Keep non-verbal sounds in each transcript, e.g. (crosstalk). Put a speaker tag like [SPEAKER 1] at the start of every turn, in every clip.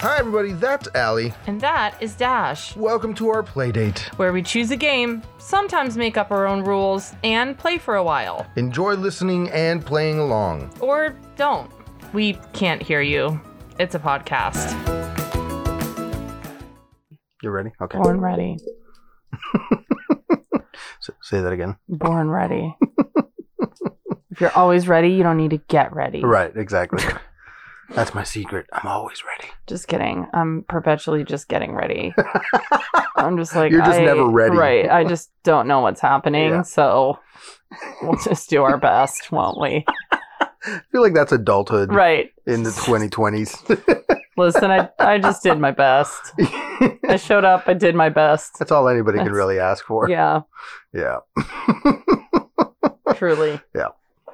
[SPEAKER 1] Hi, everybody, that's Allie.
[SPEAKER 2] And that is Dash,
[SPEAKER 1] Welcome to our playdate.
[SPEAKER 2] where we choose a game, sometimes make up our own rules, and play for a while.
[SPEAKER 1] Enjoy listening and playing along.
[SPEAKER 2] Or don't. We can't hear you. It's a podcast.
[SPEAKER 3] You ready? Okay.
[SPEAKER 4] Born ready.
[SPEAKER 3] S- say that again.
[SPEAKER 4] Born ready. (laughs) if you're always ready, you don't need to get ready.
[SPEAKER 3] Right, exactly. (laughs) That's my secret. I'm always ready.
[SPEAKER 4] Just kidding. I'm perpetually just
[SPEAKER 3] (laughs)
[SPEAKER 4] getting ready. I'm just like
[SPEAKER 3] You're just
[SPEAKER 4] I-
[SPEAKER 3] never ready.
[SPEAKER 4] Right. I just don't know what's happening,
[SPEAKER 3] Yeah.
[SPEAKER 4] so we'll just do our best, won't we?
[SPEAKER 3] I feel like that's adulthood
[SPEAKER 4] Right.
[SPEAKER 3] in the (laughs) 2020s.
[SPEAKER 4] Listen, I I just did my best. I showed up. I did my best.
[SPEAKER 3] that's all anybody can
[SPEAKER 4] That's-
[SPEAKER 3] really ask for.
[SPEAKER 4] Yeah.
[SPEAKER 3] Yeah.
[SPEAKER 4] Truly.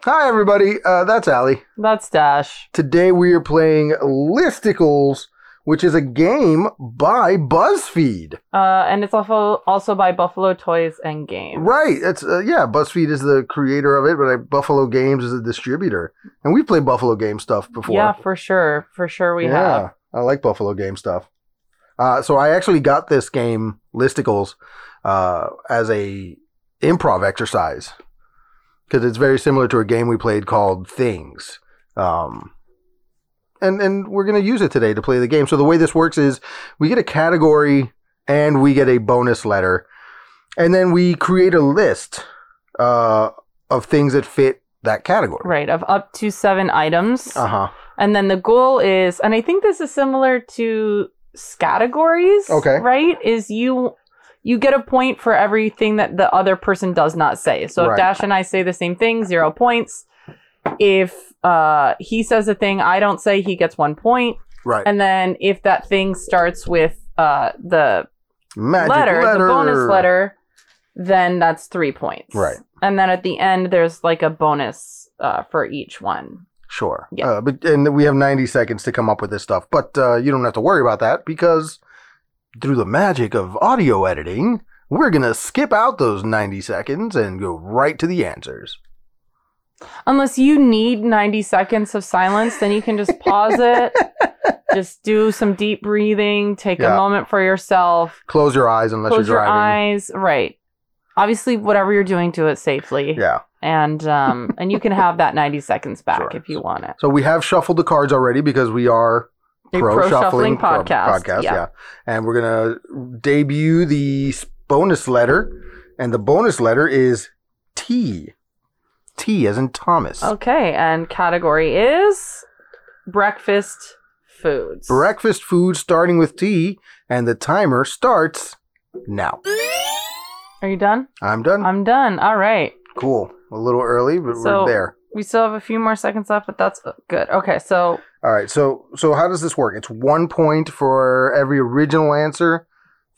[SPEAKER 3] Hi, everybody. Uh, that's Allie.
[SPEAKER 4] That's Dash.
[SPEAKER 3] Today we are playing Listicles, which is a game by BuzzFeed.
[SPEAKER 4] Uh, and it's also also by Buffalo Toys and Games.
[SPEAKER 3] Right. It's uh, yeah. BuzzFeed is the creator of it, but uh, Buffalo Games is the distributor, and we've played Buffalo Game stuff before.
[SPEAKER 4] Yeah, for sure. For sure, we have.
[SPEAKER 3] I like Buffalo Game stuff. Uh, so I actually got this game listicles uh, as a improv exercise because it's very similar to a game we played called Things. Um, and and we're gonna use it today to play the game. So the way this works is we get a category and we get a bonus letter, and then we create a list uh, of things that fit that category.
[SPEAKER 4] Right, of up to seven items.
[SPEAKER 3] Uh huh.
[SPEAKER 4] And then the goal is, and I think this is similar to categories.
[SPEAKER 3] Okay.
[SPEAKER 4] Right? Is you you get a point for everything that the other person does not say. So
[SPEAKER 3] Right.
[SPEAKER 4] if Dash and I say the same thing, zero points. If uh, he says a thing I don't say, he gets one point.
[SPEAKER 3] Right.
[SPEAKER 4] And then if that thing starts with uh, the
[SPEAKER 3] Magic
[SPEAKER 4] letter, the bonus letter, then that's three points.
[SPEAKER 3] Right.
[SPEAKER 4] And then at the end, there's like a bonus uh, for each one.
[SPEAKER 3] Sure.
[SPEAKER 4] Yeah.
[SPEAKER 3] Uh, but and we have 90 seconds to come up with this stuff, but uh, you don't have to worry about that because through the magic of audio editing, we're gonna skip out those 90 seconds and go right to the answers.
[SPEAKER 4] Unless you need 90 seconds of silence, then you
[SPEAKER 3] (laughs)
[SPEAKER 4] can just pause it, just do some deep breathing, take
[SPEAKER 3] Yeah.
[SPEAKER 4] a moment for yourself,
[SPEAKER 3] Close your eyes unless
[SPEAKER 4] close
[SPEAKER 3] you're
[SPEAKER 4] your
[SPEAKER 3] driving.
[SPEAKER 4] eyes. Right. Obviously, whatever you're doing, do it safely.
[SPEAKER 3] Yeah.
[SPEAKER 4] And um, and you can have that 90 seconds back
[SPEAKER 3] Sure.
[SPEAKER 4] if you want it.
[SPEAKER 3] So we have shuffled the cards already because we are
[SPEAKER 4] A
[SPEAKER 3] pro, shuffling, pro-
[SPEAKER 4] podcast.
[SPEAKER 3] yeah. And we're gonna debut the s- bonus letter, and the bonus letter is T. T as in Thomas.
[SPEAKER 4] Okay. And category is breakfast foods.
[SPEAKER 3] breakfast food starting with tea, and the timer starts now.
[SPEAKER 4] Are you done?
[SPEAKER 3] I'm done.
[SPEAKER 4] I'm done. All right.
[SPEAKER 3] cool. A little early, but
[SPEAKER 4] So-
[SPEAKER 3] we're there.
[SPEAKER 4] We still have a few more seconds left, but that's uh, good. Okay. So
[SPEAKER 3] All right. So, so how does this work? It's one point for every original answer,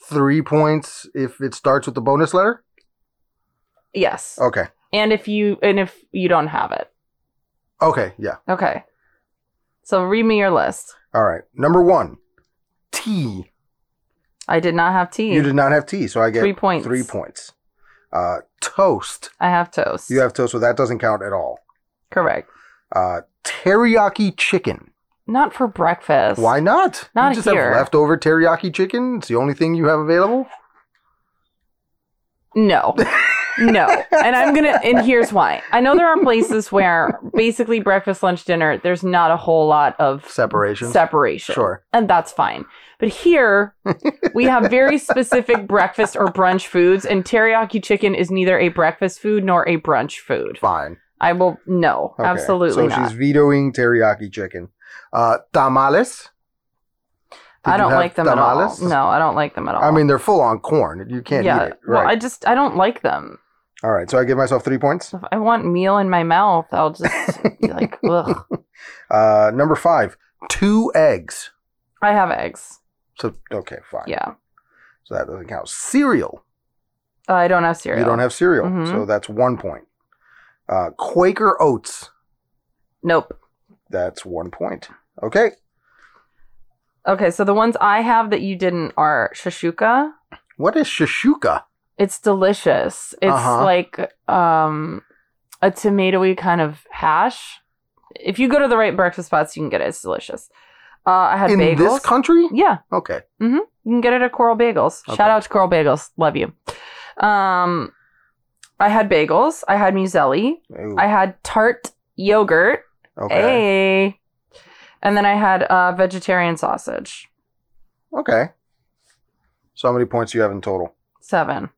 [SPEAKER 3] three points if it starts with the bonus letter.
[SPEAKER 4] yes.
[SPEAKER 3] Okay.
[SPEAKER 4] And if you and if you don't have it.
[SPEAKER 3] Okay. Yeah.
[SPEAKER 4] Okay. So read me your list.
[SPEAKER 3] All right. Number one, tea.
[SPEAKER 4] I did not have tea.
[SPEAKER 3] You did not have tea, so I get
[SPEAKER 4] Three points.
[SPEAKER 3] Three points. Uh, toast.
[SPEAKER 4] I have toast.
[SPEAKER 3] You have toast, so that doesn't count at all.
[SPEAKER 4] correct.
[SPEAKER 3] Uh, teriyaki chicken.
[SPEAKER 4] Not for breakfast.
[SPEAKER 3] Why not?
[SPEAKER 4] Not
[SPEAKER 3] you just
[SPEAKER 4] here.
[SPEAKER 3] have leftover teriyaki chicken. It's the only thing you have
[SPEAKER 4] (laughs)
[SPEAKER 3] available. (laughs)
[SPEAKER 4] No. No. And I'm gonna and here's why. I know there are places where basically breakfast, lunch, dinner, there's not a whole lot of
[SPEAKER 3] Separation.
[SPEAKER 4] separation.
[SPEAKER 3] Sure.
[SPEAKER 4] And that's fine.
[SPEAKER 3] (laughs)
[SPEAKER 4] But here we have very specific breakfast or brunch foods, and teriyaki chicken is neither a breakfast food nor a brunch food.
[SPEAKER 3] Fine.
[SPEAKER 4] I will no,
[SPEAKER 3] Okay.
[SPEAKER 4] absolutely
[SPEAKER 3] So
[SPEAKER 4] not.
[SPEAKER 3] she's vetoing teriyaki chicken. Uh, tamales. Did
[SPEAKER 4] I
[SPEAKER 3] you
[SPEAKER 4] don't
[SPEAKER 3] have
[SPEAKER 4] like them
[SPEAKER 3] tamales?
[SPEAKER 4] at all. No, I don't like them at all.
[SPEAKER 3] I mean, they're full on corn. You can't eat it. Right.
[SPEAKER 4] Well, I just I don't like them.
[SPEAKER 3] all right. So I give myself three points.
[SPEAKER 4] If I want meal in my mouth, I'll just
[SPEAKER 3] (laughs)
[SPEAKER 4] be like, ugh.
[SPEAKER 3] Uh, number five, two eggs.
[SPEAKER 4] I have eggs.
[SPEAKER 3] So, okay, fine.
[SPEAKER 4] Yeah.
[SPEAKER 3] So that doesn't count. Cereal.
[SPEAKER 4] I don't have cereal.
[SPEAKER 3] You don't have cereal.
[SPEAKER 4] Mhm.
[SPEAKER 3] So that's one point. Uh, Quaker oats.
[SPEAKER 4] Nope.
[SPEAKER 3] That's one point. Okay.
[SPEAKER 4] Okay, so the ones I have that you didn't are shishuka.
[SPEAKER 3] What is shishuka?
[SPEAKER 4] It's delicious. It's
[SPEAKER 3] Uh-huh.
[SPEAKER 4] like um a tomatoey kind of hash. If you go to the right breakfast spots, you can get it. It's delicious. Uh, I had
[SPEAKER 3] in
[SPEAKER 4] bagels.
[SPEAKER 3] this country?
[SPEAKER 4] yeah,
[SPEAKER 3] Okay.
[SPEAKER 4] you can get it at Coral Bagels.
[SPEAKER 3] Okay.
[SPEAKER 4] Shout out to Coral Bagels. Love you. Um, I had bagels. I had muesli.
[SPEAKER 3] Ooh,
[SPEAKER 4] I had tart yogurt.
[SPEAKER 3] okay.
[SPEAKER 4] Hey. And then I had uh, vegetarian sausage.
[SPEAKER 3] Okay. So how many points do you have in total?
[SPEAKER 4] Seven.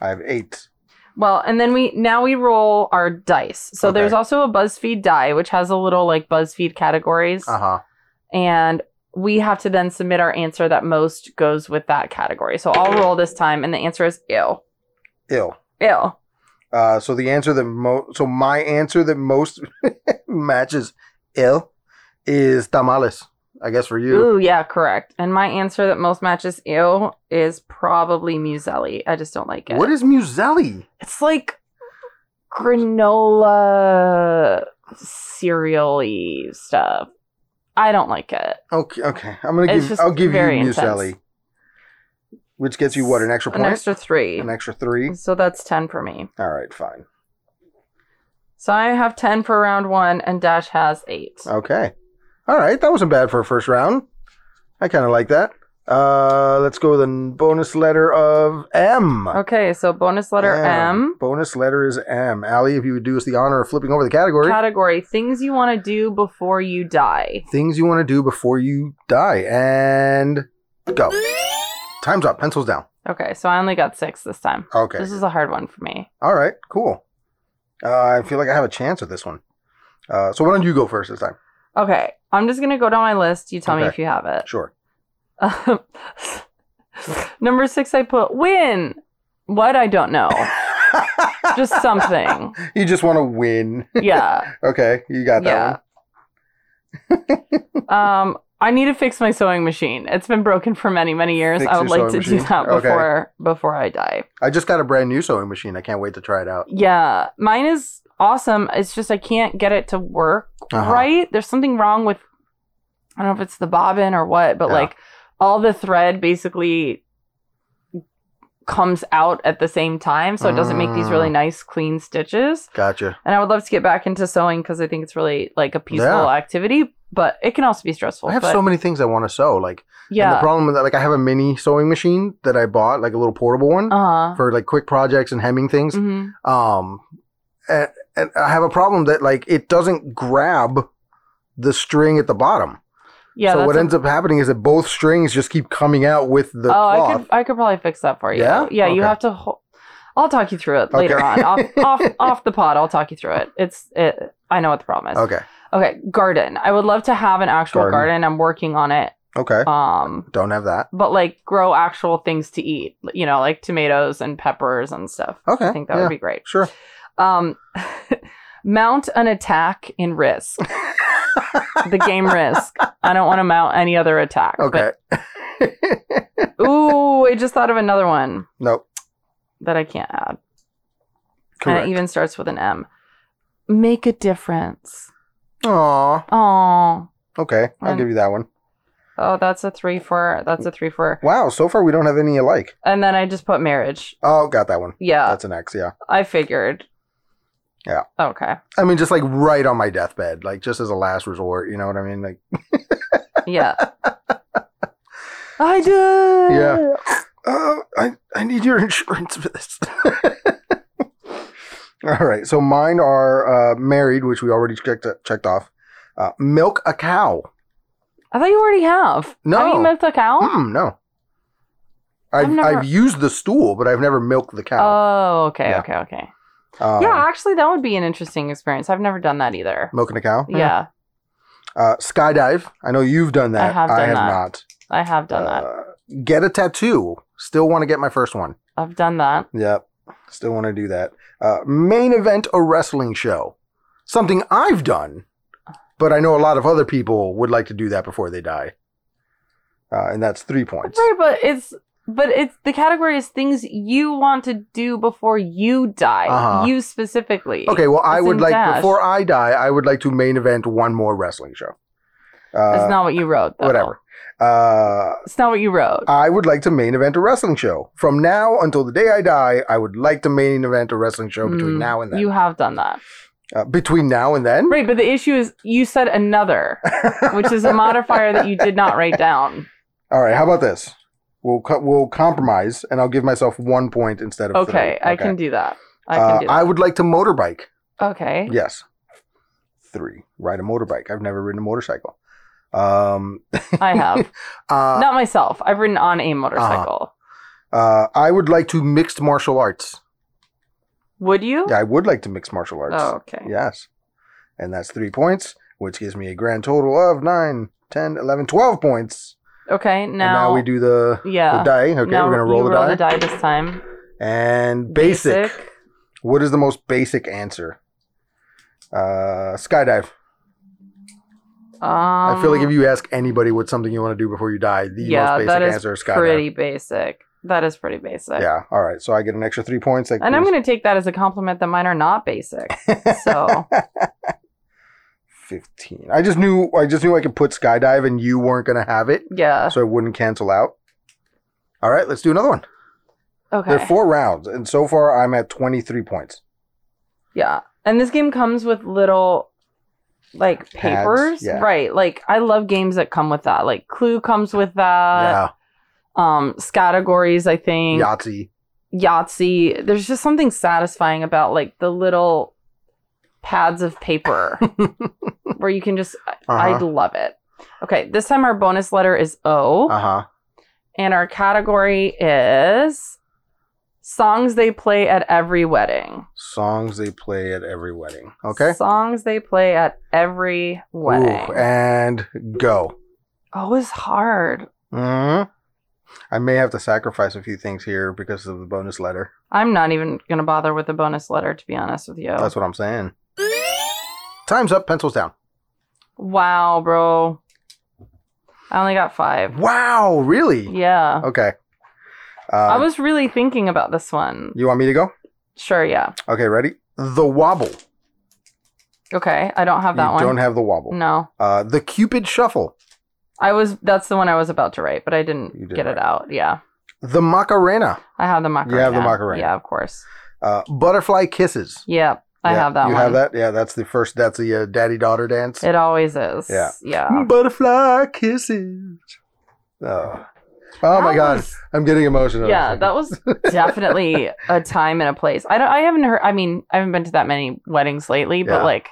[SPEAKER 3] I have eight.
[SPEAKER 4] Well, and then we now we roll our dice. So
[SPEAKER 3] Okay.
[SPEAKER 4] there's also a BuzzFeed die, which has a little like BuzzFeed categories,
[SPEAKER 3] Uh huh.
[SPEAKER 4] and we have to then submit our answer that most goes with that category. So I'll roll this time, and the answer is ill,
[SPEAKER 3] Ill.
[SPEAKER 4] ill.
[SPEAKER 3] Uh, so the answer that mo so my answer that most (laughs) matches ill is tamales. I guess for you.
[SPEAKER 4] Ooh, yeah, correct. And my answer that most matches ill is probably muesli. I just don't like it.
[SPEAKER 3] What is muzelli?
[SPEAKER 4] It's like granola cereal-y stuff. I don't like it.
[SPEAKER 3] Okay, okay. I'm gonna
[SPEAKER 4] It's
[SPEAKER 3] give.
[SPEAKER 4] just
[SPEAKER 3] I'll give you
[SPEAKER 4] very
[SPEAKER 3] muzelli,
[SPEAKER 4] intense.
[SPEAKER 3] which gets you what an extra
[SPEAKER 4] An
[SPEAKER 3] point,
[SPEAKER 4] extra three.
[SPEAKER 3] An extra three.
[SPEAKER 4] So that's 10 for me.
[SPEAKER 3] All right, fine.
[SPEAKER 4] So I have 10 for round one, and Dash has eight.
[SPEAKER 3] Okay. All right, that wasn't bad for a first round. I kind of like that. Uh, let's go with a bonus letter of M.
[SPEAKER 4] Okay, so bonus letter M.
[SPEAKER 3] Bonus letter is M. Allie, if you would do us the honor of flipping over the category.
[SPEAKER 4] Category things you want to do before you die.
[SPEAKER 3] things you want to do before you die. And go. Time's up. Pencils down.
[SPEAKER 4] Okay, so I only got six this time.
[SPEAKER 3] Okay.
[SPEAKER 4] This is a hard one for me.
[SPEAKER 3] All right. Cool. Uh, I feel like I have a chance with this one. Uh, so why don't you go first this time?
[SPEAKER 4] Okay, I'm just going to go down my list. You tell me
[SPEAKER 3] Okay.
[SPEAKER 4] if you have it. (laughs)
[SPEAKER 3] Sure.
[SPEAKER 4] Um, Number six, I put win. What? I don't know. Just something.
[SPEAKER 3] (laughs) You just want to win.
[SPEAKER 4] Yeah.
[SPEAKER 3] Okay. You got that
[SPEAKER 4] yeah.
[SPEAKER 3] one. (laughs)
[SPEAKER 4] um, I need to fix my sewing machine. It's been broken for many, many years.
[SPEAKER 3] Fix
[SPEAKER 4] I
[SPEAKER 3] your
[SPEAKER 4] would like to
[SPEAKER 3] sewing
[SPEAKER 4] do
[SPEAKER 3] machine.
[SPEAKER 4] that
[SPEAKER 3] Okay.
[SPEAKER 4] before before I die.
[SPEAKER 3] I just got a brand new sewing machine. I can't wait to try it out.
[SPEAKER 4] Yeah. Mine is awesome. It's just I can't get it to work
[SPEAKER 3] Uh-huh.
[SPEAKER 4] right. There's something wrong with I don't know if it's the bobbin or what, but
[SPEAKER 3] Yeah.
[SPEAKER 4] like all the thread basically comes out at the same time, so it doesn't make these really
[SPEAKER 3] Mm.
[SPEAKER 4] nice clean stitches.
[SPEAKER 3] Uh-huh. Gotcha.
[SPEAKER 4] And I would love to get back into sewing because I think it's really like a peaceful
[SPEAKER 3] Yeah.
[SPEAKER 4] activity, but it can also be stressful.
[SPEAKER 3] I have
[SPEAKER 4] but
[SPEAKER 3] so many things I want to sew. Like, and the
[SPEAKER 4] yeah.
[SPEAKER 3] problem with that, like, I have a mini sewing machine that I bought, like a little portable one
[SPEAKER 4] Uh huh.
[SPEAKER 3] for like quick projects and hemming things.
[SPEAKER 4] hmm
[SPEAKER 3] um and, and i have a problem that like it doesn't grab the string at the bottom
[SPEAKER 4] Yeah.
[SPEAKER 3] so
[SPEAKER 4] that's
[SPEAKER 3] what
[SPEAKER 4] a-
[SPEAKER 3] ends up happening is that both strings just keep coming out with the
[SPEAKER 4] oh, I
[SPEAKER 3] cloth
[SPEAKER 4] could I could probably fix that for you.
[SPEAKER 3] Yeah?
[SPEAKER 4] Yeah. You
[SPEAKER 3] Okay.
[SPEAKER 4] have to. Ho- I'll talk you through it later
[SPEAKER 3] Okay.
[SPEAKER 4] on
[SPEAKER 3] (laughs)
[SPEAKER 4] off off off the pod. I'll talk you through it. It's it. I know what the problem is.
[SPEAKER 3] okay
[SPEAKER 4] Okay, garden. I would love to have an actual
[SPEAKER 3] Garden.
[SPEAKER 4] garden. I'm working on it.
[SPEAKER 3] okay
[SPEAKER 4] Um,
[SPEAKER 3] don't have that
[SPEAKER 4] but like grow actual things to eat. You know, like tomatoes and peppers and stuff.
[SPEAKER 3] okay
[SPEAKER 4] I think that
[SPEAKER 3] yeah,
[SPEAKER 4] would be great.
[SPEAKER 3] sure
[SPEAKER 4] Um, (laughs) mount an attack in
[SPEAKER 3] (laughs)
[SPEAKER 4] Risk. the game Risk. I don't want to mount any other attack.
[SPEAKER 3] okay (laughs)
[SPEAKER 4] But, ooh, I just thought of another one
[SPEAKER 3] nope
[SPEAKER 4] that I can't add.
[SPEAKER 3] correct
[SPEAKER 4] And it even starts with an M. Make a difference.
[SPEAKER 3] Aw,
[SPEAKER 4] Oh,
[SPEAKER 3] okay i'll
[SPEAKER 4] And-
[SPEAKER 3] give you that one
[SPEAKER 4] oh, that's a three for that's a three for.
[SPEAKER 3] wow so far we don't have any alike
[SPEAKER 4] And then I just put marriage.
[SPEAKER 3] oh got that one
[SPEAKER 4] Yeah,
[SPEAKER 3] that's an x yeah
[SPEAKER 4] I figured.
[SPEAKER 3] Yeah.
[SPEAKER 4] Okay.
[SPEAKER 3] i mean just like right on my deathbed like just as a last resort you know what i mean like (laughs)
[SPEAKER 4] Yeah. I did.
[SPEAKER 3] Yeah. Uh, I, I need your (laughs) insurance for this. All right. So mine are uh, married, which we already checked checked off. Uh, milk a cow.
[SPEAKER 4] I thought you already have.
[SPEAKER 3] No.
[SPEAKER 4] Have you milked a cow?
[SPEAKER 3] Mm, no. I've, I've,
[SPEAKER 4] Oh. I've never-
[SPEAKER 3] used the stool, but I've never milked the cow.
[SPEAKER 4] Oh, okay,
[SPEAKER 3] Yeah.
[SPEAKER 4] okay, okay.
[SPEAKER 3] Um,
[SPEAKER 4] Uh, yeah, actually, that would be an interesting experience. I've never done that either.
[SPEAKER 3] Milking a cow.
[SPEAKER 4] Yeah,
[SPEAKER 3] Uh, skydive. I know you've done that.
[SPEAKER 4] I have done that.
[SPEAKER 3] not.
[SPEAKER 4] I have done that.
[SPEAKER 3] Uh, Get a tattoo. Still want to get my first one.
[SPEAKER 4] I've done that.
[SPEAKER 3] Yep. Still want to do that. Uh, main event a wrestling show. Something I've done, but I know a lot of other people would like to do that before they die. Uh, and that's three points.
[SPEAKER 4] Right, but it's but it's the category is things you want to do before you die.
[SPEAKER 3] Uh-huh.
[SPEAKER 4] You specifically.
[SPEAKER 3] Okay, well, I
[SPEAKER 4] It's
[SPEAKER 3] would
[SPEAKER 4] in
[SPEAKER 3] like,
[SPEAKER 4] Dash.
[SPEAKER 3] before I die, I would like to main event one more wrestling show. Uh,
[SPEAKER 4] That's not what you wrote. Though.
[SPEAKER 3] whatever. Uh,
[SPEAKER 4] It's not what you wrote.
[SPEAKER 3] I would like to main event a wrestling show. From now until the day I die, I would like to main event a wrestling show between
[SPEAKER 4] Mm,
[SPEAKER 3] now and then.
[SPEAKER 4] You have done that.
[SPEAKER 3] Uh, between now and then?
[SPEAKER 4] Right, but the issue is you said another, which is a modifier that you did not write down.
[SPEAKER 3] (laughs) All right. How about this? We'll co- we'll compromise, and I'll give myself one point instead of
[SPEAKER 4] Okay,
[SPEAKER 3] three.
[SPEAKER 4] I can do that. I
[SPEAKER 3] Uh,
[SPEAKER 4] can do
[SPEAKER 3] I
[SPEAKER 4] that.
[SPEAKER 3] would like to motorbike.
[SPEAKER 4] okay.
[SPEAKER 3] Yes. Three. Ride a motorbike. I've never ridden a motorcycle. Um,
[SPEAKER 4] I have.
[SPEAKER 3] (laughs) uh, Uh-huh.
[SPEAKER 4] not myself. I've ridden on a motorcycle.
[SPEAKER 3] uh, I would like to mixed martial arts.
[SPEAKER 4] Would you?
[SPEAKER 3] Yeah, I would like to mixed martial arts.
[SPEAKER 4] Oh, okay.
[SPEAKER 3] Yes. And that's three points, which gives me a grand total of nine, 10, 11, 12 points.
[SPEAKER 4] Okay,
[SPEAKER 3] and
[SPEAKER 4] now,
[SPEAKER 3] now we do the,
[SPEAKER 4] yeah.
[SPEAKER 3] the die. Okay,
[SPEAKER 4] now
[SPEAKER 3] we're going to roll
[SPEAKER 4] you
[SPEAKER 3] the die.
[SPEAKER 4] this time.
[SPEAKER 3] And basic. What is the most basic answer? Uh, skydive.
[SPEAKER 4] Um, I
[SPEAKER 3] I feel like if you ask anybody what's something you want to do before you die, the most basic answer is skydive.
[SPEAKER 4] pretty basic. That is pretty basic.
[SPEAKER 3] Yeah. All right. So I get an extra three points. That
[SPEAKER 4] And I'm going to take that as a compliment that mine are not basic. So,
[SPEAKER 3] (laughs) fifteen. I just knew. I just knew I could put skydive, and you weren't going to have it,
[SPEAKER 4] yeah.
[SPEAKER 3] so it wouldn't cancel out. All right. Let's do another one.
[SPEAKER 4] Okay.
[SPEAKER 3] There are four rounds, and so far I'm at twenty three points.
[SPEAKER 4] Yeah. And this game comes with little like
[SPEAKER 3] Pads,
[SPEAKER 4] papers.
[SPEAKER 3] yeah.
[SPEAKER 4] Right. Like I love games that come with that. Like Clue comes with that. Um categories, I
[SPEAKER 3] yeah.
[SPEAKER 4] think.
[SPEAKER 3] Yahtzee.
[SPEAKER 4] Yahtzee. There's just something satisfying about like the little pads of
[SPEAKER 3] (laughs)
[SPEAKER 4] paper where you can just I'd
[SPEAKER 3] Uh
[SPEAKER 4] love it. Okay, this time our bonus letter is O
[SPEAKER 3] huh. Uh huh.
[SPEAKER 4] and our category is songs they play at every wedding.
[SPEAKER 3] Songs they play at every wedding. Okay.
[SPEAKER 4] Songs they play at every wedding.
[SPEAKER 3] Ooh, eh. and go.
[SPEAKER 4] oh, it's hard.
[SPEAKER 3] hmm I may have to sacrifice a few things here because of the bonus letter.
[SPEAKER 4] I'm not even gonna bother with the bonus letter to be honest with you.
[SPEAKER 3] That's what I'm saying. Time's up. Pencils down.
[SPEAKER 4] wow, bro. I only got five.
[SPEAKER 3] Wow. Really?
[SPEAKER 4] Yeah.
[SPEAKER 3] Okay. Uh,
[SPEAKER 4] I was really thinking about this one.
[SPEAKER 3] you want me to go?
[SPEAKER 4] Sure, yeah.
[SPEAKER 3] Okay. Ready? The wobble.
[SPEAKER 4] Okay. I don't have that
[SPEAKER 3] you
[SPEAKER 4] one.
[SPEAKER 3] don't have the wobble.
[SPEAKER 4] no.
[SPEAKER 3] Uh, the cupid shuffle.
[SPEAKER 4] I was that's the one I was about to write, but I didn't
[SPEAKER 3] You did
[SPEAKER 4] get it
[SPEAKER 3] right.
[SPEAKER 4] out. Yeah.
[SPEAKER 3] The macarena.
[SPEAKER 4] I have the Macarena.
[SPEAKER 3] have the Macarena.
[SPEAKER 4] Yeah, of course.
[SPEAKER 3] Uh, butterfly kisses.
[SPEAKER 4] Yeah, I
[SPEAKER 3] Yeah,
[SPEAKER 4] have that
[SPEAKER 3] You
[SPEAKER 4] one.
[SPEAKER 3] have that? Yeah. That's the first. That's the uh, daddy daughter dance.
[SPEAKER 4] It always is.
[SPEAKER 3] Yeah.
[SPEAKER 4] Yeah.
[SPEAKER 3] Butterfly kisses. Oh. (laughs) Oh my
[SPEAKER 4] That
[SPEAKER 3] god,
[SPEAKER 4] was-
[SPEAKER 3] I'm getting emotional.
[SPEAKER 4] yeah,
[SPEAKER 3] (laughs)
[SPEAKER 4] that was definitely a time and a place. I don't I haven't heard I mean, I haven't been to that many weddings lately,
[SPEAKER 3] Yeah.
[SPEAKER 4] but like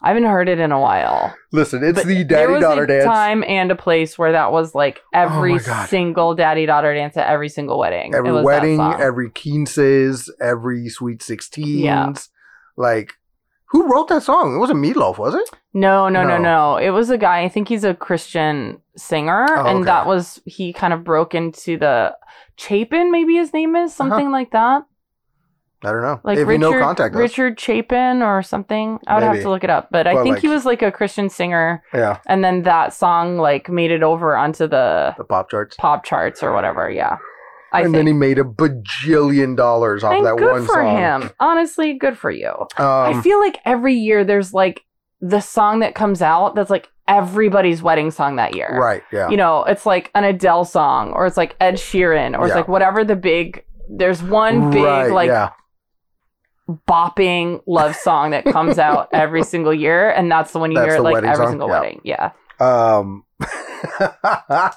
[SPEAKER 4] I haven't heard it in a while.
[SPEAKER 3] Listen, it's
[SPEAKER 4] But
[SPEAKER 3] the
[SPEAKER 4] there
[SPEAKER 3] daddy
[SPEAKER 4] was
[SPEAKER 3] daughter
[SPEAKER 4] a
[SPEAKER 3] dance. Oh
[SPEAKER 4] time and a place where that was like
[SPEAKER 3] my
[SPEAKER 4] every
[SPEAKER 3] God.
[SPEAKER 4] single daddy daughter dance at every single wedding. It
[SPEAKER 3] Every
[SPEAKER 4] was that
[SPEAKER 3] wedding,
[SPEAKER 4] song.
[SPEAKER 3] every quinces, every sweet sixteens.
[SPEAKER 4] Yeah.
[SPEAKER 3] Like, who wrote that song? It wasn't Meatloaf, was it?
[SPEAKER 4] No, no, no,
[SPEAKER 3] No.
[SPEAKER 4] no. It was a guy. I think he's a Christian singer,
[SPEAKER 3] Oh, okay.
[SPEAKER 4] and that was he kind of broke into the Chapin. Maybe his name is something like that.
[SPEAKER 3] I don't know.
[SPEAKER 4] Like
[SPEAKER 3] Uh-huh. if
[SPEAKER 4] Richard,
[SPEAKER 3] you know, contact us.
[SPEAKER 4] Richard Chapin or something. I would
[SPEAKER 3] Maybe.
[SPEAKER 4] have to look it up, but I
[SPEAKER 3] But,
[SPEAKER 4] think he
[SPEAKER 3] like-
[SPEAKER 4] was like a Christian singer,
[SPEAKER 3] Yeah,
[SPEAKER 4] and then that song like made it over onto the
[SPEAKER 3] the pop charts.
[SPEAKER 4] pop charts or whatever. Yeah, I
[SPEAKER 3] and
[SPEAKER 4] think.
[SPEAKER 3] then he made a bajillion dollars off
[SPEAKER 4] and
[SPEAKER 3] that
[SPEAKER 4] good
[SPEAKER 3] one
[SPEAKER 4] for
[SPEAKER 3] song.
[SPEAKER 4] him. Honestly, good for you.
[SPEAKER 3] Um,
[SPEAKER 4] I feel like every year there's like the song that comes out that's like everybody's wedding song that year.
[SPEAKER 3] right. Yeah.
[SPEAKER 4] you know, it's like an Adele song or it's like Ed Sheeran or it's
[SPEAKER 3] Yeah.
[SPEAKER 4] like whatever the big there's one big
[SPEAKER 3] Right,
[SPEAKER 4] like
[SPEAKER 3] yeah.
[SPEAKER 4] bopping love song that
[SPEAKER 3] (laughs)
[SPEAKER 4] comes out every single year and that's the one you
[SPEAKER 3] That's
[SPEAKER 4] hear
[SPEAKER 3] the
[SPEAKER 4] at, like
[SPEAKER 3] wedding
[SPEAKER 4] every
[SPEAKER 3] song?
[SPEAKER 4] single
[SPEAKER 3] Yeah.
[SPEAKER 4] wedding. Yeah.
[SPEAKER 3] Um, (laughs)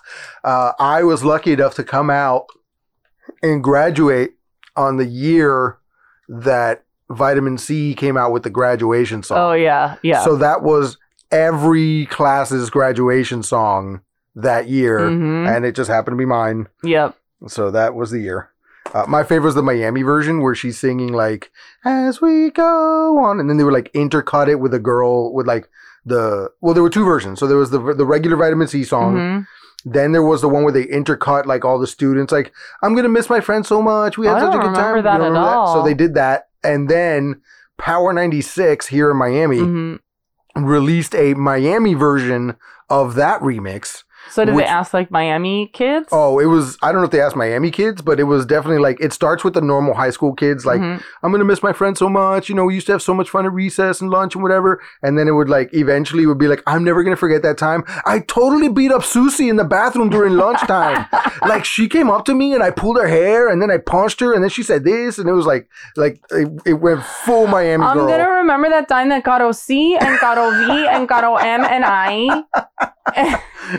[SPEAKER 3] uh, I was lucky enough to come out and graduate on the year that Vitamin C came out with the graduation song.
[SPEAKER 4] Oh yeah. Yeah.
[SPEAKER 3] So that was every class's graduation song that year,
[SPEAKER 4] Mhm.
[SPEAKER 3] and it just happened to be mine.
[SPEAKER 4] Yep.
[SPEAKER 3] So that was the year. Uh, my favorite was the Miami version where she's singing like "As we go on," and then they were like intercut it with a girl with like the well, there were two versions. So there was the the regular Vitamin C song.
[SPEAKER 4] Mhm.
[SPEAKER 3] Then there was the one where they intercut like all the students, like "I'm gonna miss my friend so much. We had
[SPEAKER 4] I
[SPEAKER 3] such a
[SPEAKER 4] don't
[SPEAKER 3] good time."
[SPEAKER 4] remember
[SPEAKER 3] You
[SPEAKER 4] that at
[SPEAKER 3] So
[SPEAKER 4] all.
[SPEAKER 3] they did that, and then Power 96 here in Miami
[SPEAKER 4] Mhm.
[SPEAKER 3] released a Miami version of that remix
[SPEAKER 4] So did
[SPEAKER 3] Which-
[SPEAKER 4] they ask like Miami kids?
[SPEAKER 3] Oh, it was. I don't know if they asked Miami kids, but it was definitely like it starts with the normal high school kids. Like,
[SPEAKER 4] Mhm.
[SPEAKER 3] I'm gonna miss my friend so much. You know, we used to have so much fun at recess and lunch and whatever. And then it would like eventually would be like, I'm never gonna forget that time. I totally beat up Susie in the bathroom during
[SPEAKER 4] (laughs)
[SPEAKER 3] lunchtime. like she came up to me and I pulled her hair and then I punched her and then she said this and it was like like it, it went full Miami
[SPEAKER 4] I'm
[SPEAKER 3] girl.
[SPEAKER 4] gonna remember that time that got OC and got OV and got OM and I.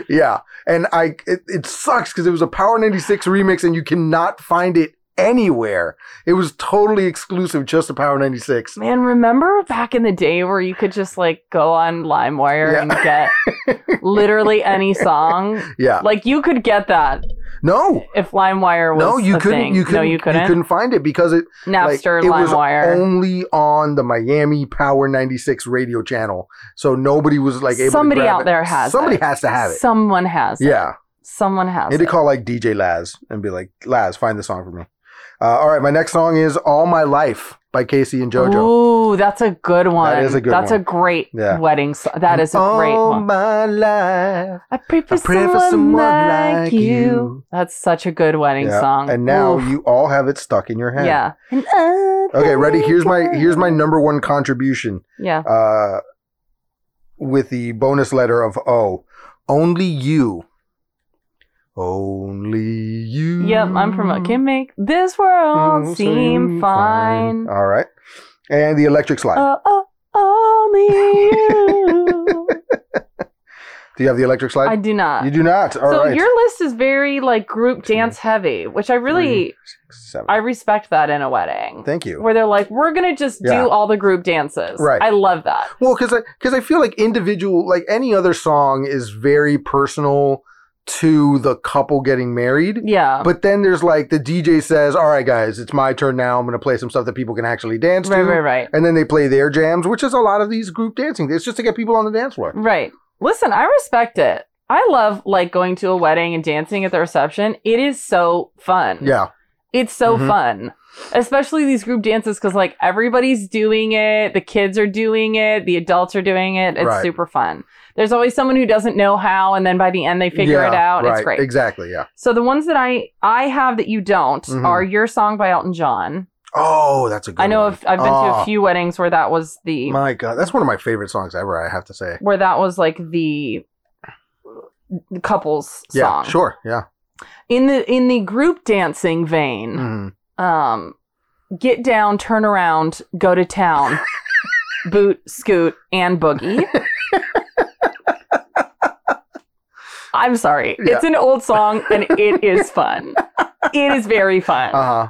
[SPEAKER 3] Yeah, and I it, it sucks because it was a Power '96 remix, and you cannot find it anywhere. It was totally exclusive just to Power '96.
[SPEAKER 4] Man, remember back in the day where you could just like go on LimeWire and
[SPEAKER 3] (laughs)
[SPEAKER 4] get literally any song?
[SPEAKER 3] Yeah,
[SPEAKER 4] Like you could get that
[SPEAKER 3] no,
[SPEAKER 4] if LimeWire was
[SPEAKER 3] no, you
[SPEAKER 4] a
[SPEAKER 3] couldn't,
[SPEAKER 4] thing.
[SPEAKER 3] you couldn't,
[SPEAKER 4] no, you couldn't.
[SPEAKER 3] couldn't find it because it like,
[SPEAKER 4] Napster,
[SPEAKER 3] it was
[SPEAKER 4] LimeWire.
[SPEAKER 3] only on the Miami Power '96 radio channel, so nobody was like able.
[SPEAKER 4] Somebody
[SPEAKER 3] to grab
[SPEAKER 4] out
[SPEAKER 3] it.
[SPEAKER 4] there has
[SPEAKER 3] Somebody
[SPEAKER 4] it.
[SPEAKER 3] has to have it.
[SPEAKER 4] Someone has. it.
[SPEAKER 3] yeah,
[SPEAKER 4] Someone has.
[SPEAKER 3] I need to
[SPEAKER 4] it.
[SPEAKER 3] call like DJ Laz and be like, Laz, find the song for me. Uh, all right, my next song is "All My Life" by Casey and JoJo.
[SPEAKER 4] Ooh, that's a good one.
[SPEAKER 3] is a good
[SPEAKER 4] That's
[SPEAKER 3] one.
[SPEAKER 4] a great
[SPEAKER 3] Yeah.
[SPEAKER 4] wedding song. That is a great
[SPEAKER 3] All
[SPEAKER 4] one.
[SPEAKER 3] my life.
[SPEAKER 4] I pray for,
[SPEAKER 3] I pray for
[SPEAKER 4] someone,
[SPEAKER 3] someone like
[SPEAKER 4] like you.
[SPEAKER 3] you.
[SPEAKER 4] That's such a good wedding
[SPEAKER 3] Yeah,
[SPEAKER 4] song.
[SPEAKER 3] And now
[SPEAKER 4] Oof.
[SPEAKER 3] you all have it stuck in your head.
[SPEAKER 4] yeah.
[SPEAKER 3] Okay, ready? Here's my here's my number one contribution.
[SPEAKER 4] Yeah.
[SPEAKER 3] Uh with the bonus letter of O. Only you. Only you.
[SPEAKER 4] Yep, I'm from can make this
[SPEAKER 3] Mm,
[SPEAKER 4] world seem fine.
[SPEAKER 3] All right. And the electric slide.
[SPEAKER 4] Oh, oh,
[SPEAKER 3] (laughs)
[SPEAKER 4] only you.
[SPEAKER 3] do you have the electric slide?
[SPEAKER 4] I do not.
[SPEAKER 3] you do not. All right.
[SPEAKER 4] so your list is very like group dance heavy, which I really
[SPEAKER 3] Three, six, seven.
[SPEAKER 4] I respect that in a wedding.
[SPEAKER 3] Thank you.
[SPEAKER 4] where they're like, we're gonna just
[SPEAKER 3] Yeah.
[SPEAKER 4] do all the group dances.
[SPEAKER 3] Right.
[SPEAKER 4] I love that.
[SPEAKER 3] Well, because I because I feel like individual, like any other song, is very personal to the couple getting married.
[SPEAKER 4] Yeah.
[SPEAKER 3] But then there's like the DJ says, "All right, guys, it's my turn now. I'm gonna play some stuff that people can actually dance
[SPEAKER 4] right,
[SPEAKER 3] to."
[SPEAKER 4] right, right.
[SPEAKER 3] And then they play their jams, which is a lot of these group dancing. It's just to get people on the dance floor.
[SPEAKER 4] Right. Listen, I respect it. I love like going to a wedding and dancing at the reception. It is so fun.
[SPEAKER 3] Yeah,
[SPEAKER 4] It's so
[SPEAKER 3] Mhm.
[SPEAKER 4] fun. Especially these group dances because like everybody's doing it, the kids are doing it, the adults are doing it. It's
[SPEAKER 3] Right.
[SPEAKER 4] super fun. There's always someone who doesn't know how, and then by the end they figure
[SPEAKER 3] Yeah,
[SPEAKER 4] it out.
[SPEAKER 3] Right,
[SPEAKER 4] It's great.
[SPEAKER 3] Exactly. Yeah.
[SPEAKER 4] so the ones that I I have that you don't
[SPEAKER 3] Mhm.
[SPEAKER 4] are your song by Elton John.
[SPEAKER 3] Oh, that's a good.
[SPEAKER 4] I know
[SPEAKER 3] one.
[SPEAKER 4] if I've been to
[SPEAKER 3] Ah,
[SPEAKER 4] a few weddings where that was the
[SPEAKER 3] My God, that's one of my favorite songs ever. I have to say.
[SPEAKER 4] where that was like the couples
[SPEAKER 3] Yeah.
[SPEAKER 4] song.
[SPEAKER 3] Sure. Yeah.
[SPEAKER 4] In the in the group dancing vein,
[SPEAKER 3] Mhm.
[SPEAKER 4] um, get down, turn around, go to
[SPEAKER 3] (laughs)
[SPEAKER 4] town, boot, scoot, and boogie. I'm sorry.
[SPEAKER 3] Yeah.
[SPEAKER 4] It's an old song and it is fun. It is very fun.
[SPEAKER 3] Uh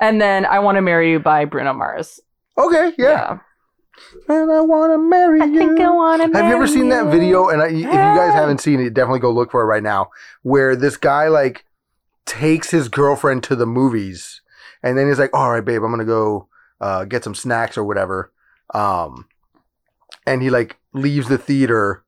[SPEAKER 4] and then I Want to Marry You by Bruno Mars.
[SPEAKER 3] huh. Okay. Yeah. And I wanna marry you.
[SPEAKER 4] want to
[SPEAKER 3] Have you ever seen that video? And I, if you guys
[SPEAKER 4] Yeah.
[SPEAKER 3] haven't seen it, definitely go look for it right now. Where this guy like takes his girlfriend to the movies, and then he's like, "All right, babe, I'm gonna go uh, get some snacks or whatever." Um, and he like leaves the theater,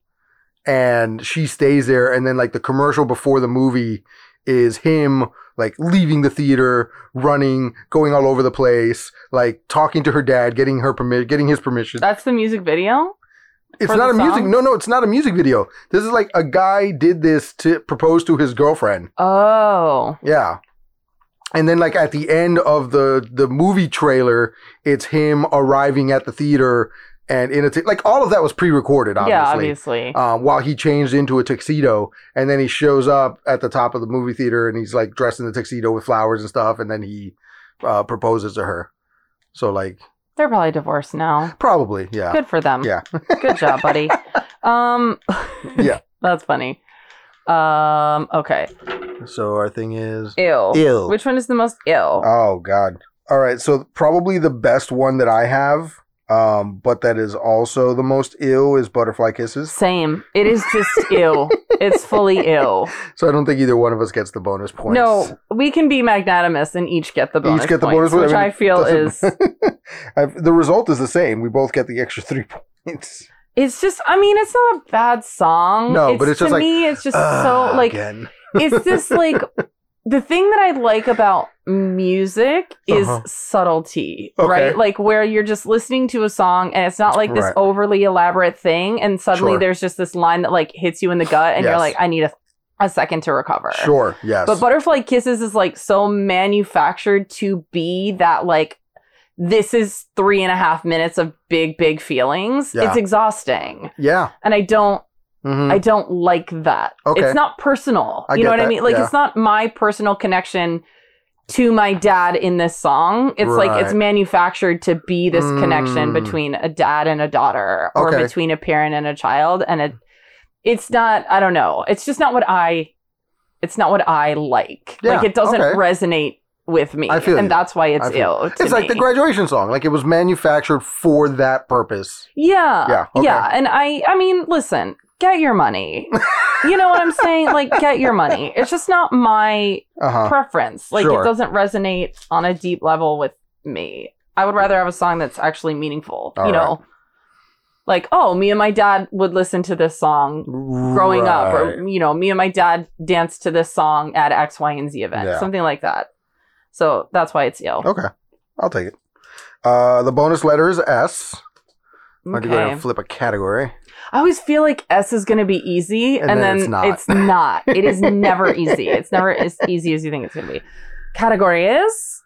[SPEAKER 3] and she stays there. And then like the commercial before the movie is him like leaving the theater, running, going all over the place, like talking to her dad, getting her permit, getting his permission.
[SPEAKER 4] That's the music video?
[SPEAKER 3] It's
[SPEAKER 4] for
[SPEAKER 3] not
[SPEAKER 4] the
[SPEAKER 3] a music.
[SPEAKER 4] song?
[SPEAKER 3] No, no, it's not a music video. This is like a guy did this to propose to his girlfriend.
[SPEAKER 4] Oh.
[SPEAKER 3] Yeah. And then like at the end of the the movie trailer, it's him arriving at the theater and in a t- like all of that was pre-recorded obviously.
[SPEAKER 4] Yeah, obviously.
[SPEAKER 3] Uh, while he changed into a tuxedo and then he shows up at the top of the movie theater and he's like dressed in the tuxedo with flowers and stuff and then he uh, proposes to her. So like
[SPEAKER 4] They're probably divorced now.
[SPEAKER 3] probably, yeah.
[SPEAKER 4] Good for them.
[SPEAKER 3] Yeah.
[SPEAKER 4] Good job,
[SPEAKER 3] (laughs)
[SPEAKER 4] buddy. Um
[SPEAKER 3] Yeah.
[SPEAKER 4] (laughs) That's funny. Um okay.
[SPEAKER 3] So our thing is
[SPEAKER 4] Ew.
[SPEAKER 3] Ew.
[SPEAKER 4] Which one is the most ill?
[SPEAKER 3] Oh God! All right, so probably the best one that I have, um, but that is also the most ill is butterfly kisses.
[SPEAKER 4] Same. It is just
[SPEAKER 3] (laughs)
[SPEAKER 4] ill. It's fully ill.
[SPEAKER 3] So I don't think either one of us gets the bonus points.
[SPEAKER 4] No, we can be magnanimous and each get the bonus.
[SPEAKER 3] each get the
[SPEAKER 4] points,
[SPEAKER 3] bonus,
[SPEAKER 4] which I feel is
[SPEAKER 3] (laughs) i the result is the same. We both get the extra three (laughs) points.
[SPEAKER 4] it's just I mean, it's not a bad song.
[SPEAKER 3] No, but it's
[SPEAKER 4] to
[SPEAKER 3] just like,
[SPEAKER 4] me it's just
[SPEAKER 3] Ah,
[SPEAKER 4] so like
[SPEAKER 3] again.
[SPEAKER 4] it's this like the thing that I like about music is
[SPEAKER 3] Uh-huh.
[SPEAKER 4] subtlety,
[SPEAKER 3] Okay.
[SPEAKER 4] right? Like where you're just listening to a song and it's not like this
[SPEAKER 3] Right.
[SPEAKER 4] overly elaborate thing, and suddenly
[SPEAKER 3] Sure.
[SPEAKER 4] there's just this line that like hits you in the gut, and
[SPEAKER 3] Yes.
[SPEAKER 4] you're like, I need a a second to recover.
[SPEAKER 3] Sure. Yes.
[SPEAKER 4] But butterfly kisses is like so manufactured to be that like this is three and a half minutes of big, big feelings.
[SPEAKER 3] Yeah.
[SPEAKER 4] It's exhausting.
[SPEAKER 3] yeah.
[SPEAKER 4] And I don't
[SPEAKER 3] hmm
[SPEAKER 4] I don't like that.
[SPEAKER 3] Okay.
[SPEAKER 4] It's not personal.
[SPEAKER 3] I
[SPEAKER 4] you know
[SPEAKER 3] get
[SPEAKER 4] what I
[SPEAKER 3] that,
[SPEAKER 4] mean? Like
[SPEAKER 3] yeah.
[SPEAKER 4] it's not my personal connection to my dad in this song. It's like it's
[SPEAKER 3] Right.
[SPEAKER 4] manufactured to be this connection
[SPEAKER 3] Mm.
[SPEAKER 4] between a dad and a daughter or
[SPEAKER 3] Okay.
[SPEAKER 4] between a parent and a child and it it's not I don't know. It's just not what I it's not what I like.
[SPEAKER 3] Yeah,
[SPEAKER 4] like it doesn't
[SPEAKER 3] okay.
[SPEAKER 4] resonate with me.
[SPEAKER 3] I feel
[SPEAKER 4] and
[SPEAKER 3] you.
[SPEAKER 4] that's why it's
[SPEAKER 3] I feel-
[SPEAKER 4] ill. to
[SPEAKER 3] It's like the
[SPEAKER 4] me.
[SPEAKER 3] graduation song. Like it was manufactured for that purpose.
[SPEAKER 4] Yeah.
[SPEAKER 3] Yeah, okay.
[SPEAKER 4] Yeah. And I I mean, listen, get your
[SPEAKER 3] (laughs)
[SPEAKER 4] money. you know what I'm saying? Like get your money. It's just not my
[SPEAKER 3] Uh huh.
[SPEAKER 4] preference. Like
[SPEAKER 3] sure.
[SPEAKER 4] it doesn't resonate on a deep level with me. I would rather have a song that's actually meaningful,
[SPEAKER 3] All
[SPEAKER 4] you know. Like, oh, me and my dad would listen to this song growing up or you know, me and my dad danced to this song at X, Y, and Z event.
[SPEAKER 3] Yeah. Oh,
[SPEAKER 4] Something like that. So that's why it's ill.
[SPEAKER 3] Okay. I'll take it. Uh, the bonus letter is S. I'm
[SPEAKER 4] Okay.
[SPEAKER 3] going to flip a category.
[SPEAKER 4] I always feel like S is going to be easy, and, then, it's not. It's not. It
[SPEAKER 3] (laughs)
[SPEAKER 4] is never easy. It's never as easy as you think it's going to be. Category is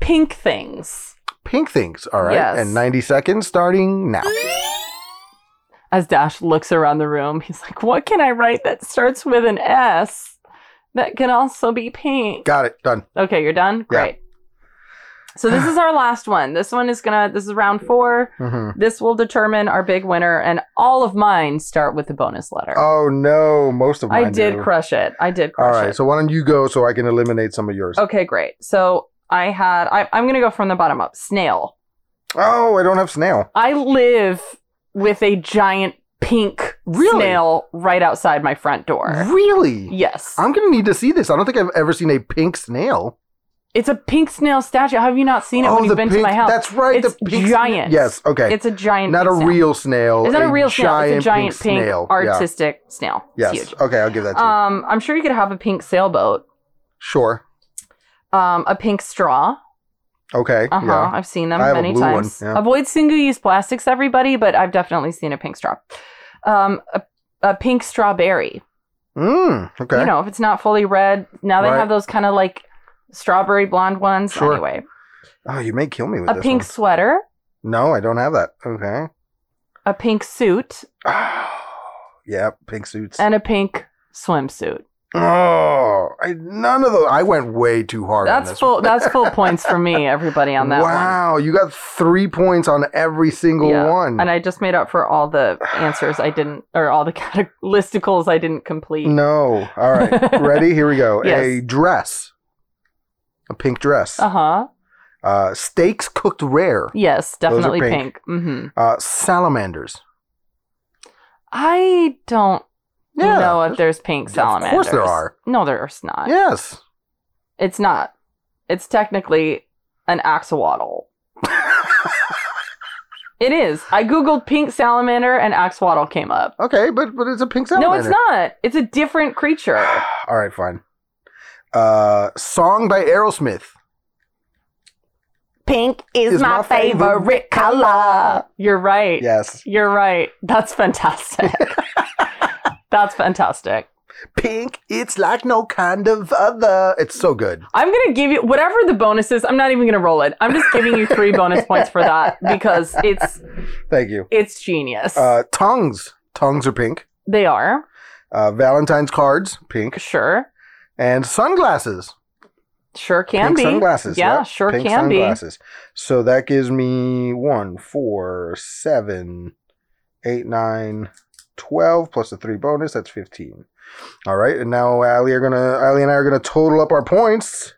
[SPEAKER 4] pink things,
[SPEAKER 3] Pink things. All right.
[SPEAKER 4] Yes.
[SPEAKER 3] And 90 seconds starting now.
[SPEAKER 4] as Dash looks around the room. He's like, "What can I write that starts with an S that can also be pink?"
[SPEAKER 3] Got it. Done.
[SPEAKER 4] Okay, you're done.
[SPEAKER 3] Yeah.
[SPEAKER 4] Great. So this is our last one. This one is gonna. This is round four.
[SPEAKER 3] hmm
[SPEAKER 4] This will determine our big winner, and all of mine start with the bonus letter.
[SPEAKER 3] Oh, no. Most of mine.
[SPEAKER 4] I did
[SPEAKER 3] do.
[SPEAKER 4] crush it. I did
[SPEAKER 3] All
[SPEAKER 4] crush it.
[SPEAKER 3] right. So why don't you go so I can eliminate some of yours?
[SPEAKER 4] Okay, great. So I had, I, I'm going to go from the bottom up. Snail.
[SPEAKER 3] Oh, I don't have snail.
[SPEAKER 4] I live with a giant pink
[SPEAKER 3] Really?
[SPEAKER 4] snail right outside my front door.
[SPEAKER 3] Really?
[SPEAKER 4] Yes.
[SPEAKER 3] I'm going to need to see this. I don't think I've ever seen a pink snail.
[SPEAKER 4] it's a pink snail statue. How have you not seen it when you've been
[SPEAKER 3] Oh, pink.
[SPEAKER 4] to my house?
[SPEAKER 3] That's right.
[SPEAKER 4] It's
[SPEAKER 3] the pink
[SPEAKER 4] giant.
[SPEAKER 3] Snail. Yes. Okay.
[SPEAKER 4] It's a giant
[SPEAKER 3] not a
[SPEAKER 4] pink snail.
[SPEAKER 3] real snail.
[SPEAKER 4] It's not a real snail. It's a giant pink,
[SPEAKER 3] snail. Yeah.
[SPEAKER 4] artistic snail.
[SPEAKER 3] Yes.
[SPEAKER 4] It's huge.
[SPEAKER 3] Okay, I'll give that to you.
[SPEAKER 4] Um, I'm sure you could have a pink sailboat,
[SPEAKER 3] Sure.
[SPEAKER 4] um, a pink straw.
[SPEAKER 3] Okay.
[SPEAKER 4] Uh huh.
[SPEAKER 3] Yeah.
[SPEAKER 4] I've seen them
[SPEAKER 3] I have a
[SPEAKER 4] many
[SPEAKER 3] blue one,
[SPEAKER 4] times.
[SPEAKER 3] yeah.
[SPEAKER 4] Avoid single use plastics, everybody, but I've definitely seen a pink straw. Um, a, a pink strawberry.
[SPEAKER 3] Mm, okay.
[SPEAKER 4] You know, if it's not fully red, now they
[SPEAKER 3] Right.
[SPEAKER 4] have those kind of like strawberry blonde ones.
[SPEAKER 3] Sure.
[SPEAKER 4] Anyway,
[SPEAKER 3] oh, you may kill me with
[SPEAKER 4] a
[SPEAKER 3] this
[SPEAKER 4] pink
[SPEAKER 3] one.
[SPEAKER 4] sweater,
[SPEAKER 3] No, I don't have that. Okay.
[SPEAKER 4] a pink suit,
[SPEAKER 3] (sighs) yeah, pink suits.
[SPEAKER 4] and a pink swimsuit.
[SPEAKER 3] oh, I, none of those. I went way too hard on
[SPEAKER 4] That's
[SPEAKER 3] this
[SPEAKER 4] full.
[SPEAKER 3] one.
[SPEAKER 4] that's
[SPEAKER 3] (laughs)
[SPEAKER 4] full points for me. Everybody on that one.
[SPEAKER 3] wow, you got three points on every single
[SPEAKER 4] Yeah,
[SPEAKER 3] one.
[SPEAKER 4] And I just made up for all the answers I didn't, or all the (laughs) cate- listicles I didn't complete.
[SPEAKER 3] no. All
[SPEAKER 4] (laughs)
[SPEAKER 3] right. Ready? Here we go.
[SPEAKER 4] Yes.
[SPEAKER 3] A dress. A pink dress.
[SPEAKER 4] Uh
[SPEAKER 3] uh
[SPEAKER 4] huh.
[SPEAKER 3] steaks cooked rare.
[SPEAKER 4] Yes,
[SPEAKER 3] are
[SPEAKER 4] definitely
[SPEAKER 3] pink.
[SPEAKER 4] pink. hmm
[SPEAKER 3] Uh, salamanders.
[SPEAKER 4] I don't
[SPEAKER 3] Yeah.
[SPEAKER 4] know if there's pink
[SPEAKER 3] Of course
[SPEAKER 4] salamanders.
[SPEAKER 3] there are.
[SPEAKER 4] No, there's not.
[SPEAKER 3] Yes. (laughs)
[SPEAKER 4] It's not. It's technically an axolotl. it is. I googled pink salamander and axolotl came up.
[SPEAKER 3] Okay, but but it's a pink salamander.
[SPEAKER 4] No, it's not. It's a different
[SPEAKER 3] (gasps)
[SPEAKER 4] creature.
[SPEAKER 3] (sighs) All right, fine. Uh, song by Aerosmith.
[SPEAKER 4] Pink is,
[SPEAKER 3] my favorite
[SPEAKER 4] color. You're right.
[SPEAKER 3] Yes.
[SPEAKER 4] You're right.
[SPEAKER 3] (laughs)
[SPEAKER 4] That's fantastic. That's fantastic.
[SPEAKER 3] Pink, it's like no kind of other. It's so good.
[SPEAKER 4] I'm gonna give you whatever the bonus is. I'm not even gonna roll it. I'm just giving you three bonus points for that because it's
[SPEAKER 3] Thank you.
[SPEAKER 4] it's genius.
[SPEAKER 3] Uh, tongues. Tongues are pink.
[SPEAKER 4] they are
[SPEAKER 3] Uh, Valentine's cards, pink.
[SPEAKER 4] sure,
[SPEAKER 3] And sunglasses.
[SPEAKER 4] sure can
[SPEAKER 3] pink
[SPEAKER 4] be
[SPEAKER 3] sunglasses.
[SPEAKER 4] Yeah,
[SPEAKER 3] yep.
[SPEAKER 4] sure
[SPEAKER 3] pink
[SPEAKER 4] can
[SPEAKER 3] sunglasses. So that gives me one, four, seven, eight, nine, twelve plus the three bonus. That's fifteen. All right, and now Ali are gonna Ali and I are gonna total up our points.
[SPEAKER 4] be.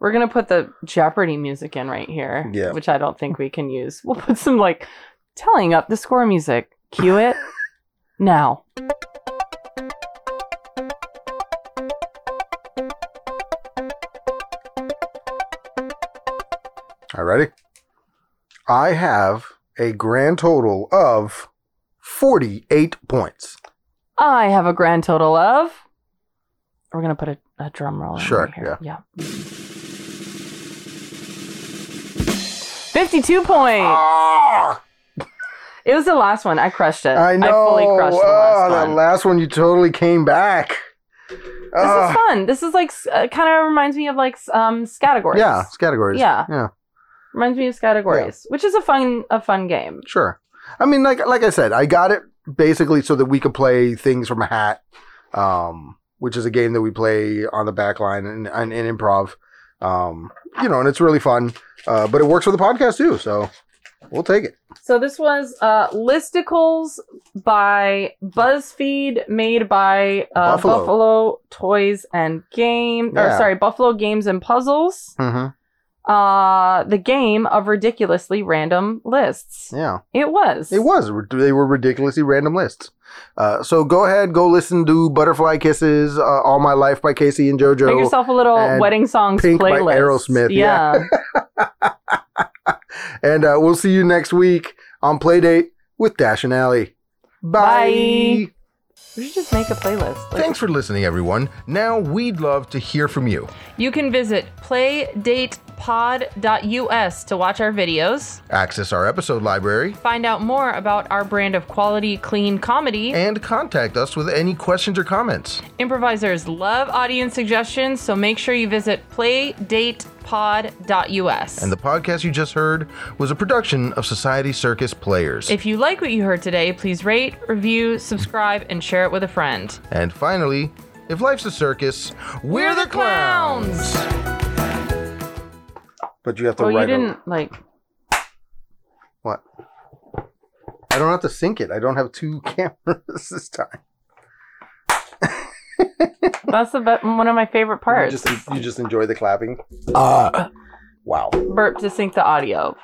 [SPEAKER 4] We're gonna put the Jeopardy music in right here,
[SPEAKER 3] Yeah.
[SPEAKER 4] which I don't think we can use. We'll put some like telling up the score music.
[SPEAKER 3] (laughs)
[SPEAKER 4] Cue it now.
[SPEAKER 3] All righty. I have a grand total of forty-eight points.
[SPEAKER 4] I have a grand total of. We're gonna put a, a drum roll. in
[SPEAKER 3] Sure,
[SPEAKER 4] right here. Yeah. Fifty-two points.
[SPEAKER 3] Ah,
[SPEAKER 4] It was the last one. I crushed it.
[SPEAKER 3] I know.
[SPEAKER 4] I fully crushed the last
[SPEAKER 3] Ah, that
[SPEAKER 4] one.
[SPEAKER 3] last one you totally came back.
[SPEAKER 4] This
[SPEAKER 1] Ah,
[SPEAKER 4] is fun. This is like uh, kind of reminds me of like s- um categories.
[SPEAKER 3] Yeah, it's categories.
[SPEAKER 4] Yeah.
[SPEAKER 3] Yeah.
[SPEAKER 4] reminds me of categories, which is a fun a fun game.
[SPEAKER 3] Sure. I mean, like like I said, I got it basically so that we could play things from a hat, um, which is a game that we play on the back line and, and, and improv. Um, you know, and it's really fun. Uh, but it works for the podcast too, so we'll take it.
[SPEAKER 4] So this was uh listicles by BuzzFeed, made by uh,
[SPEAKER 3] Buffalo.
[SPEAKER 4] Buffalo. Toys and Game,
[SPEAKER 3] Yeah.
[SPEAKER 4] or sorry, Buffalo Games and Puzzles.
[SPEAKER 3] Mm-hmm.
[SPEAKER 4] Uh, the game of ridiculously random lists.
[SPEAKER 3] Yeah.
[SPEAKER 4] It was.
[SPEAKER 3] It was. They were ridiculously random lists. Uh, so go ahead, go listen to Butterfly Kisses, uh, All My Life by Casey and JoJo.
[SPEAKER 4] Make yourself a little
[SPEAKER 3] and
[SPEAKER 4] wedding songs
[SPEAKER 3] Pink by
[SPEAKER 4] playlist.
[SPEAKER 3] Aerosmith, yeah. (laughs) and uh, we'll see you next week on Playdate with Dash and Allie. Bye.
[SPEAKER 4] Bye. we should just make a playlist. Like,
[SPEAKER 1] Thanks for listening, everyone. Now we'd love to hear from you.
[SPEAKER 2] You can visit playdatepod.us to watch our videos,
[SPEAKER 1] Access our episode library
[SPEAKER 2] find out more about our brand of quality, clean comedy.
[SPEAKER 1] and contact us with any questions or comments.
[SPEAKER 2] Improvisers love audience suggestions, so make sure you visit playdatepod.us.
[SPEAKER 1] And the podcast you just heard was a production of Society Circus Players.
[SPEAKER 2] if you like what you heard today, please rate, review, subscribe, and share it with a friend.
[SPEAKER 1] And finally, if life's a circus, we're, the clowns.
[SPEAKER 3] But you have to
[SPEAKER 4] well, you
[SPEAKER 3] write a-
[SPEAKER 4] didn't like.
[SPEAKER 3] what? I don't have to sync it. I don't have two (laughs) cameras this time.
[SPEAKER 4] That's the be- one of my favorite
[SPEAKER 3] You
[SPEAKER 4] parts.
[SPEAKER 3] just, you just enjoy the clapping. Uh, wow.
[SPEAKER 4] burp to sync the audio.